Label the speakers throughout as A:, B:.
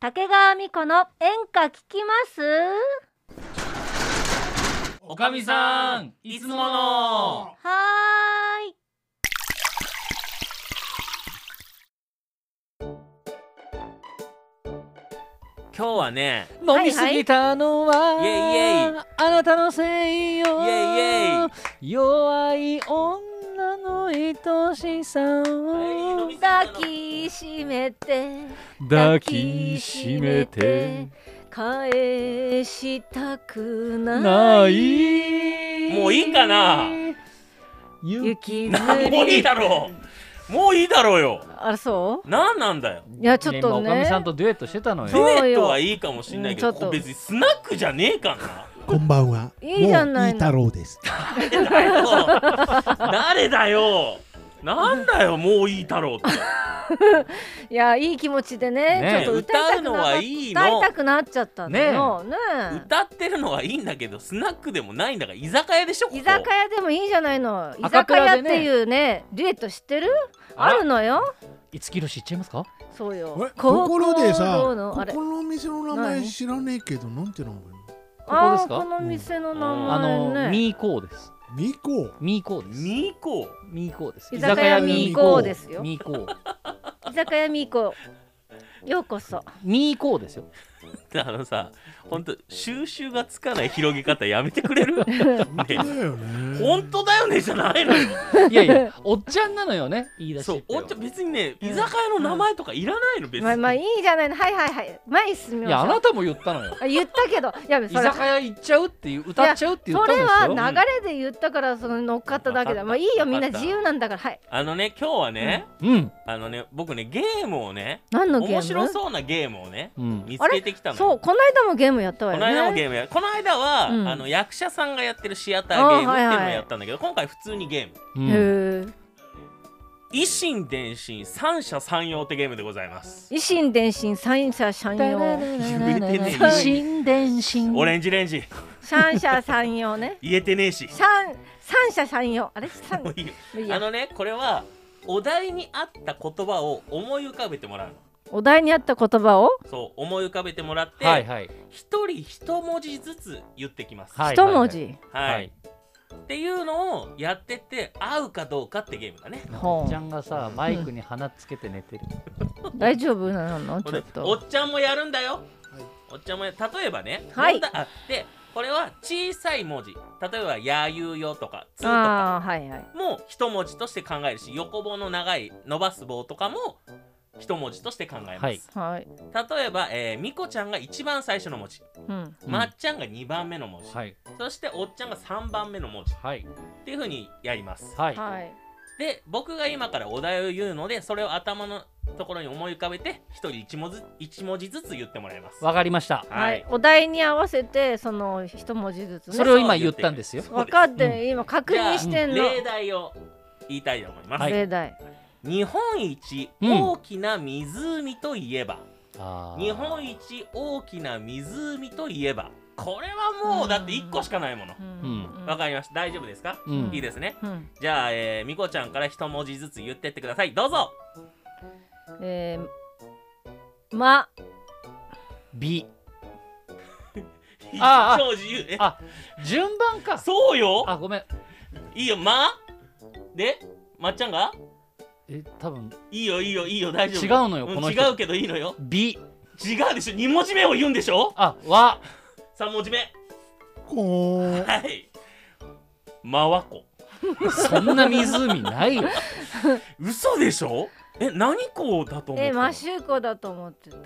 A: 竹川美子の演歌聞きます
B: おかみさんいつもの
A: はーい
B: 今日はね
A: はい
C: 飲みすぎたのは、
B: イェイイェイ
C: あなたのせいよ
B: イェイイェ
C: 弱い女の愛しさ
B: はい飲
C: を
B: み
A: 抱きしめて
C: 抱きしめて
A: 返したくな
C: ないい
B: もういいかな
C: ゆ
A: 雪
B: な
A: ず
B: もういい
A: り
B: だろうもういいだろうよ
A: あそ
B: なんなんだよ
A: ういやちょっと
C: 今おかみ
A: ね
C: さんとデュエットしてたの
B: デ
A: そう
B: ュ
C: よ
B: エットはいいかもしんないけど、
A: うんちょっと
B: これ別にスナックじゃねえか
D: こんばんは。
A: いいじゃないの
D: もう太郎です。
B: な誰 だよ誰だよなんだよもういいだろうって
A: いやいい気持ちでね
C: ね
A: ちょっと歌いたくな
B: 歌うのはいいの
A: 歌いたくなっちゃったのよね
B: 歌ってるのはいいんだけどスナックでもないんだから居酒屋でしょここ
A: 居酒屋でもいいじゃないの居
C: アカ
A: 酒
C: ペ
A: 屋
C: ラ
A: っ
C: でね
A: ていうねデュエット知ってるあるのよ
C: いつきろしいっちゃいますか
A: そうよ
D: えところでさ、
A: 高校の
D: こ
A: あれ
D: このお店の名前
A: 何
D: 知らねえけど、なんて名前
A: あ
C: です
A: ー
C: か
A: この店の名
B: うん
C: あの
A: 前ね
C: ミーコーです
D: ミコ。
C: ミーコーです
B: ミーコ
C: ミーコーです
A: 居酒屋ミーコーですよ
C: ミーコー
A: 居酒屋ミーコようこそ
C: ミーコーですよ
B: ーあのさほんと収集がつかない広げ方やめてくれ る
D: 本当だよね。
B: 本当だよねじゃないのよ
C: いやい やおっちゃんなのよね言い出し
B: そ
C: っ
B: う
C: て
B: お
C: は
B: っちゃん別にね居酒屋の名前とかいらないの別に、
A: まあまあいいじゃないのはいはいはい前に進みま
C: い
A: し
C: や
A: ょ
C: あ
A: う
C: なたも言ったのよ
A: あ言ったけどいや
C: 居
A: それ
C: 酒屋行っちゃうっていう歌っちゃうって言っ
A: そ
C: たんです
A: れ
C: よ
A: は流れで言ったからその乗っかっただけだ
B: うん
A: まあいいよ
B: わか
A: み
B: っ
A: ん
B: た
A: な自由なんだからはい
B: あのね今日はね、
C: うん
B: あのね僕ねゲームをね
A: 何のゲーム
B: 面白そうなゲームをね
C: うん
B: 見つけてきたのよ
A: そうこの間もゲームやったわ
B: こ
A: よ
B: の
A: ね
B: 間もゲームやこの間は、
A: うん
B: あの役者さんがやってるシアターゲームっていうのをやったんだけど、今回普通にゲーム
C: うん
A: へー
B: 維新伝心三者三様ってゲームでございます
A: 維新伝心三者三様
B: 言えてね
C: 維新伝心
B: オレンジレンジ
A: 三者三様ね
B: 言えてねえし
A: 三三者三様あれ 三
B: もういいよ
A: いい
B: あ
A: や
B: のねこれはお題に合った言葉を思い浮かべてもらうの
A: お題にあった言葉を
B: そう思い浮かべてもらって、
C: はいはい
B: 一人一文字ずつ言ってきます
C: はい
A: 一文字
B: はいっていうのをやってって合うかどうかってゲームだね
A: ほ
C: おっちゃ
A: うん
C: がさマイクに鼻つけて寝てる
A: 大丈夫なのちょっ
B: お
A: と
B: っちゃんもやるんだよ、
D: はい
B: おっちゃんもや例えばね、
A: はい
B: 問題あでこれは小さい文字例えば「やゆうよ」とか「つ」とか
A: ああーはいはい
B: も一文字として考えるし横棒の長い伸ばす棒とかも一文字として考えます、
C: はい
A: はい
B: 例えば、えーみこちゃんが一番最初の文字、
A: うん
C: うん
B: まっちゃんが2番目の文字、
C: はい
B: そしておっちゃんが3番目の文字っ
C: はい
B: ていうふうにやります
C: はい
A: はい
B: で僕が今からお題を言うのでそれを頭のところに思い浮かべて一人一文字一文字ずつ言ってもらいます
C: わかりました
A: はいお題に合わせてその一文字ずつ
C: そ
A: ね
C: れを今言ったんですよ
A: 分かって今確認してんの
B: 例題を言いたいと思います、
C: はい
A: 例題
B: 日本一
C: うん
B: 大きな湖といえば、
C: あー
B: 日本一大きな湖といえばこれはもうだって1個しかないもの
A: う
C: うん
B: わかりました大丈夫ですか、
C: うん
B: いいですね
A: うん
B: じゃあ、えー、みこちゃんから一文字ずつ言ってってくださいどうぞ
A: えーま
C: 美あー
B: 超自由え
C: あ順番か
B: そうよ
C: あごめん
B: いいよまでまっちゃんが
C: え多分
B: いいよいいよいいよ大丈夫
C: 違うのよ
B: ん
C: この人
B: 違うけどいいのよ
C: 美
B: 違うでしょ2文字目を言うんでしょ
C: あ和
B: 3文字目
D: こう。
B: はいまわこ
C: そんな湖ないよ
B: 嘘でしょえ何校だと思
A: え
B: う
A: マシューコだと思ってた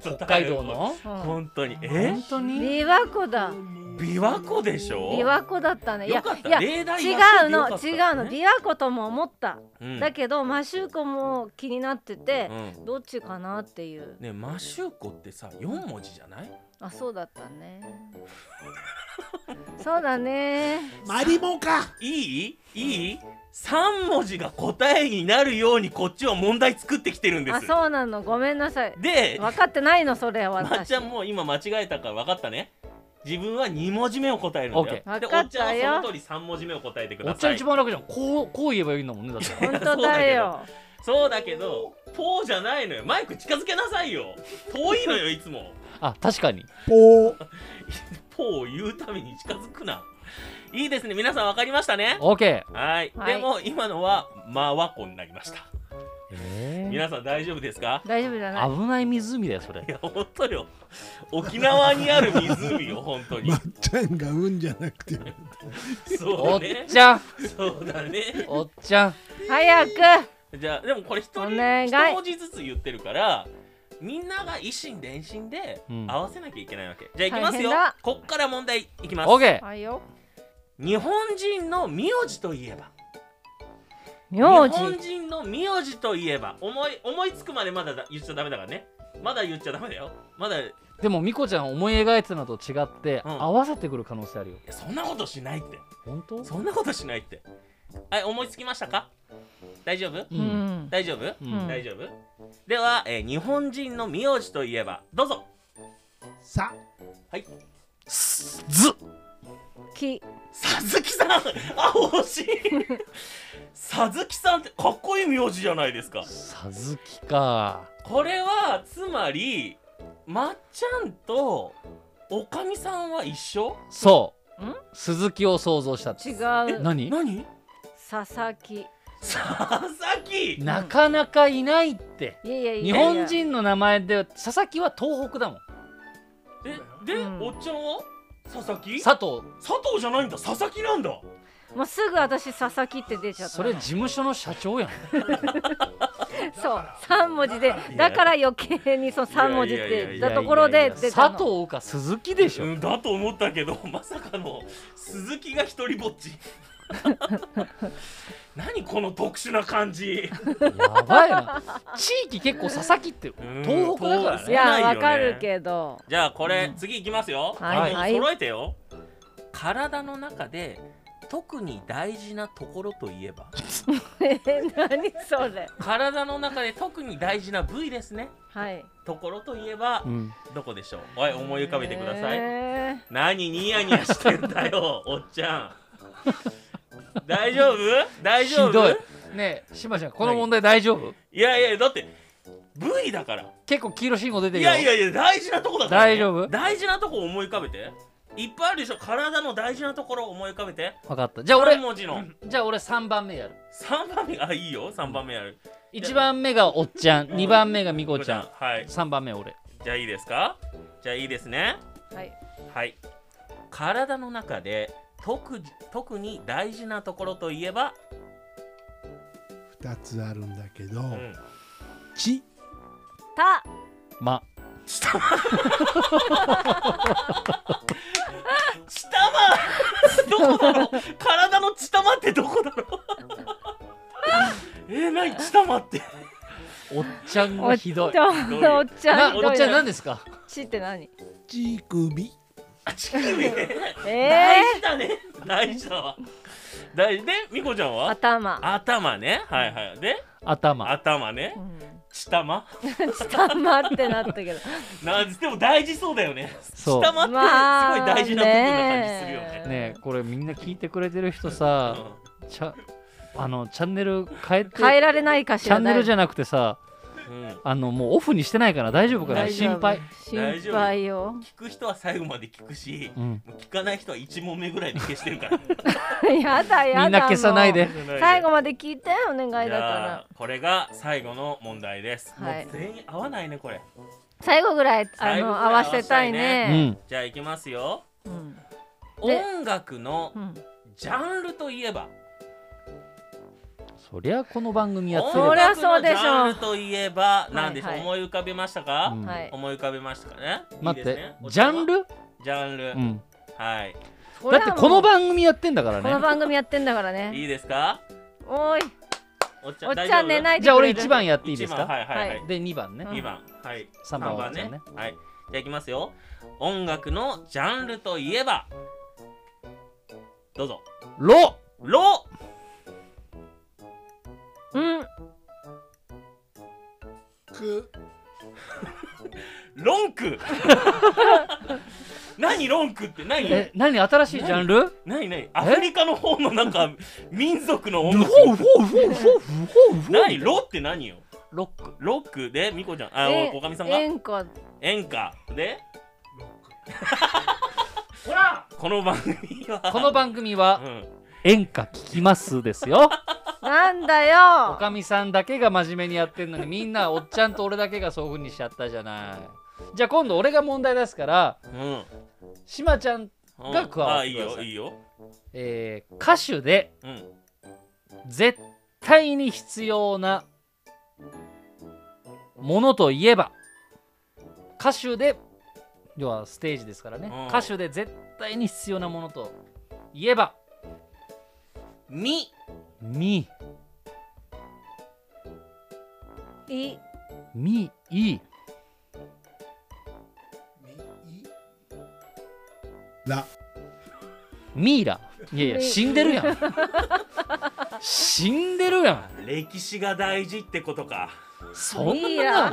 C: 北海道の
A: うん
B: 本当にえ
C: 本当に
A: 琵琶湖だ
B: 琵琶湖でしょ
A: 琵琶湖だったねいや
B: よかった
A: いや
B: 例題
A: 違
B: やっと
A: う
B: いてよ
A: の
B: かった
A: 違
B: ね
A: うの琵琶湖とも思った
B: うん
A: だけどマシューコも気になってて
B: うん
A: どっちかなっていう
B: ねマシューコってさ四文字じゃない
A: あそうだったねそうだね
D: マリモか。
B: いいいい三文字が答えになるようにこっちは問題作ってきてるんで
A: あ
B: す
A: そうなのごめんなさい
B: で
A: 分かってないのそれは
B: まっ
A: 私
B: ちゃんもう今間違えたから分かったね自分は二文字目を答えるんだよ、
A: OK
B: で
A: 分か
B: お
A: っ
B: っちゃん
A: たよ
B: はその通り三文字目を答えてく
C: お
B: だ
C: っちゃ
B: さ
C: ん
B: い
C: 一番楽じゃんこうこう言えばいいんだもんねだって
A: 本当だよ
B: そうだけどポーじゃないのよマイク近づけなさいよ遠いのよいつも
C: あ確かに
D: ポー
B: ポーを言うために近づくないいですね皆さん分かりましたね
C: OK
B: はい
A: はい
B: でも今のはマワコになりました
C: え
B: 皆さん大丈夫ですか
A: 大丈夫じゃない
C: ー、危ない湖だよそれ
B: いや本当よ沖縄にある湖よ本当に
D: まっちゃんが運じゃなくて
B: そ
C: お
B: う
C: っ
B: ね
C: ちゃん
B: そうだね
C: おっ ちゃん
A: 早く
B: じゃあでもこれ一人
A: お願い
B: 一文字ずつ言ってるからみんなが一心伝心で
C: うん
B: 合わせなきゃいけないわけ、じゃあいきま
A: 大
B: す
A: 変
B: よ
A: だ
B: こっから問題いきます
C: OK
A: はいよ
B: 日本人の名字といえば
A: 名
B: 日本
A: 字
B: 人の名字といえば思い思いつくまでまだだ言っちゃダメだからねまだ言っちゃダメだよまだい
C: でもミコちゃん思い描いてたのと違って、
B: うん
C: 合わせてくる可能性あるよ
B: やそんなことしないって
C: 本当
B: そんなことしないってはい思いつきましたか大丈夫
C: う、
A: うんん
B: 大丈夫、
C: うん
B: 大丈夫では、えー日本人の名字といえばどうぞ
D: さ
B: はい
C: すず
A: 木
B: 鈴木さんあ惜しい鈴木さんってかっこいい名字じゃないですか
C: さずきか
B: これはつまりまっちゃんとおかみさんは一緒
C: そう
A: うん
C: 鈴木を想像した
A: 違う
C: 何
B: 何
A: 佐々木い
B: 佐々木
C: なかなかいないって
A: やいやい
C: 日
A: やいや
C: 本人の名前で佐々木は東北だもん
B: えで、
A: うん
B: おっちゃんは佐々木
C: 佐藤
B: 佐藤じゃないんだ佐々木なんだ
A: もうすぐ私佐々木って出ちゃった
C: それ事務所の社長やん
A: そう三文字でだから余計にそう三文字っ
B: いやいやいや
A: て
B: い
A: だところで出た
C: 佐
A: の
C: 藤か鈴木でしょ、
B: うん、だと思ったけど まさかの鈴木が一人ぼっち 何この特殊な感じ
C: やばいな地域結構佐々木って
B: うん
C: 東北だから
A: い
B: な
C: ね
A: や
B: いよね
A: わかるけど
B: じゃあこれ、次いきますよ、
A: はい
B: あの揃えてよ体の中で特に大事なところといえば
A: え何それ
B: 体の中で特に大事な部位ですね
A: はい
B: ところといえば
C: うん
B: どこでしょうおい思い浮かべてください、
A: え
B: 何ニヤニヤしてんだ よおっちゃん大丈夫大丈夫
C: ひどいねえ志麻ちゃんこの問題大丈夫
B: いやいやだって部位だから
C: 結構黄色信号出て
B: い
C: るよ
B: やいやいや大事なとこだから、ね、
C: 大丈夫
B: 大事なとこ思い浮かべていっぱいあるでしょ体の大事なところ思い浮かべて
C: 分かったじゃあ
B: 3
C: 俺
B: 文字の
C: じゃあ俺3番目やる
B: 3番目あいいよ3番目やる
C: 1番目がおっちゃん
B: うん
C: 2番目がみこちゃん
B: はい
C: 3番目俺
B: じゃあいいですかじゃあいいですね
A: ーはい
B: はい体の中で特じ特に大事なところといえば、
D: 2つあるんだけど
B: うん、
D: 「ち
A: た
C: ま
B: 下ま下まどこだろう体の下まってどこだろうえー、何下まって
C: おっちゃん
A: お
C: が
A: っ
C: ひどい
A: ちゃん
B: ひどい
A: おっちゃ
C: なんおっちゃん何
A: で
C: ですか
A: ちって何
D: 乳首
B: あ乳首ね
A: え
B: 大事だね大事だわ大事でみこちゃん
A: ー、
B: は
A: 頭
B: 頭ねはいはいで
C: 頭
B: 頭ね
A: うん
B: 下ま
A: 下まってなったけど
B: なんでも大事そうだよね
C: そう
B: 下まってすごい
A: まあ
B: 大事な部分な感じするよ
A: ね
B: ね,、
C: ねえこれみんな聞いてくれてる人さちゃあのチャンネル変えて
A: 変えられないかし
C: チ
A: ら
C: ャンネルじ
A: ゃ
C: ゃなくてさ
B: うんうん
C: あのもうオフにしてないから大丈夫かな
B: 大
C: 心配
B: 大
A: 心
B: 丈夫
A: 配よ
B: 聞く人は最後まで聞くし
C: うん
B: もう聞かない人は1問目ぐらいで消してる から
A: やだやだ
C: みんな消さないで
A: もう最後まで聞いてお願い
B: じ
A: だから
B: ゃあこれが最後の問題です、
A: はい
B: もう全員合わないねこれ
A: 最後ぐらいあ
B: 最後
A: の
B: ぐらい
A: 合わせたい
C: うん
B: 合
A: ね。
B: じゃあいきますよ
A: うんで
B: 音楽の
A: うん
B: ジャンルといえば
C: そりゃこの番組やって
B: 音
C: れ
A: そ
C: ば
A: りゃそうで
B: 楽のジ
A: しょ
B: ャンルといえば何でしょう、
A: はいはい
B: 思い浮かびましたか、
C: うん
A: はい
B: 思い浮かびましたかね
C: 待っ
B: いいです
C: て
B: ねお
C: ジャ
B: 茶は
C: ンル
B: ジャンル、
C: うん
B: はい
C: だってこの番組やってんだか
A: この
C: らね
A: 番組やってんだからね。
B: いいですか
A: おい
B: おっちゃん
A: おっち
B: 大
A: ゃ
B: 丈
A: ん
B: 夫
A: 寝ないでくれる。
C: じゃあ俺1番やっていいです
B: 一番
C: か
B: はいはいは
A: はいい、
C: で2番ね
A: うん
B: 二番はい
C: 三番はね
B: はいじゃあいきますよ音楽のジャンルといえばどうぞ
C: ロ
B: ロ
A: うん
D: く
B: ロンク何ロンクって何
C: え、何新しいジャンル
B: 何何アフリカの方のなん か民族の音楽
C: フォーフォーフォーフォーフォ
B: 何ロって何よ
C: ロック。
B: ロックでミコちゃんあ
A: え
B: おかみさんが
A: 演歌
B: 演歌 で
E: ほら
B: この番組は
C: この番組は
B: うん
C: 演歌聞きますですよ。
A: なんだ
C: お
A: よ
C: かみさんだけが真面目にやってんのにみんなおっちゃんと俺だけがそういうふうにしちゃったじゃない。じゃあ今度俺が問題出すから、
B: うん
C: しまちゃん、
B: うん
C: が加わ
B: あ
C: っ
B: い
C: て
B: い
C: ください
B: よいいよ
C: えー歌手で
B: うん
C: 絶対に必要なものといえば歌手で要はステージですからね、
B: うん
C: 歌手で絶対に必要なものといえば
B: み
C: み
A: い
C: みい
D: ら
C: ミイラいやいや
A: み
C: 死んでるやん死んでるやん
B: 歴史が大事ってことか
C: そん
A: ミイ
C: な
A: ラ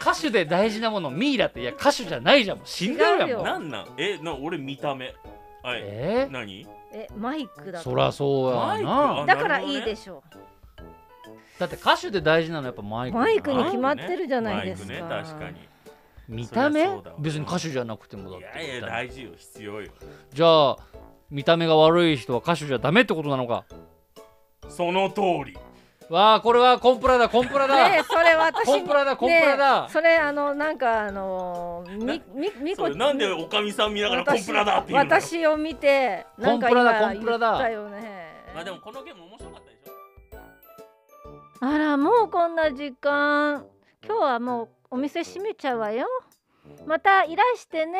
C: 歌手で大事なものミイラっていや歌手じゃないじゃんもう死んでるやん
A: 違うよ
C: もう
B: なんなんえな俺見た目はい
C: え
B: 何
A: えマイク
C: ー、
A: だ
C: そらそうや
B: マイク
C: な
B: あ
A: だからいいでしょ
C: だって歌手で大事なのはやっぱマイク
A: マイク
B: な
A: に
B: るほどね
A: 決まってるじゃないですか
B: マイクね確かに
C: 見た目
B: そりゃそうだわ
C: 別に歌手じゃなくてもだっ
B: い
C: て
B: やいや大事よ必要よ
C: じゃあ見た目が悪い人は歌手じゃダメってことなのか
B: その通り
C: わあこれはコンプラだコンプラだ、
A: ねえそれ私
C: コンプラだコンプラだ
A: ねえそれあのなんかあのみみみ
B: そ
A: こ
B: れなんでおかみさん見ながらコンプラだって言うのよ
A: 私を見てなんか
C: コン
A: 今
C: プラだ
A: 言
C: コンプラだ
A: ったよね
B: まあでもこのゲーム面白かったでしょ
A: あらもうこんな時間今日はもうお店閉めちゃうわよまたいらしてね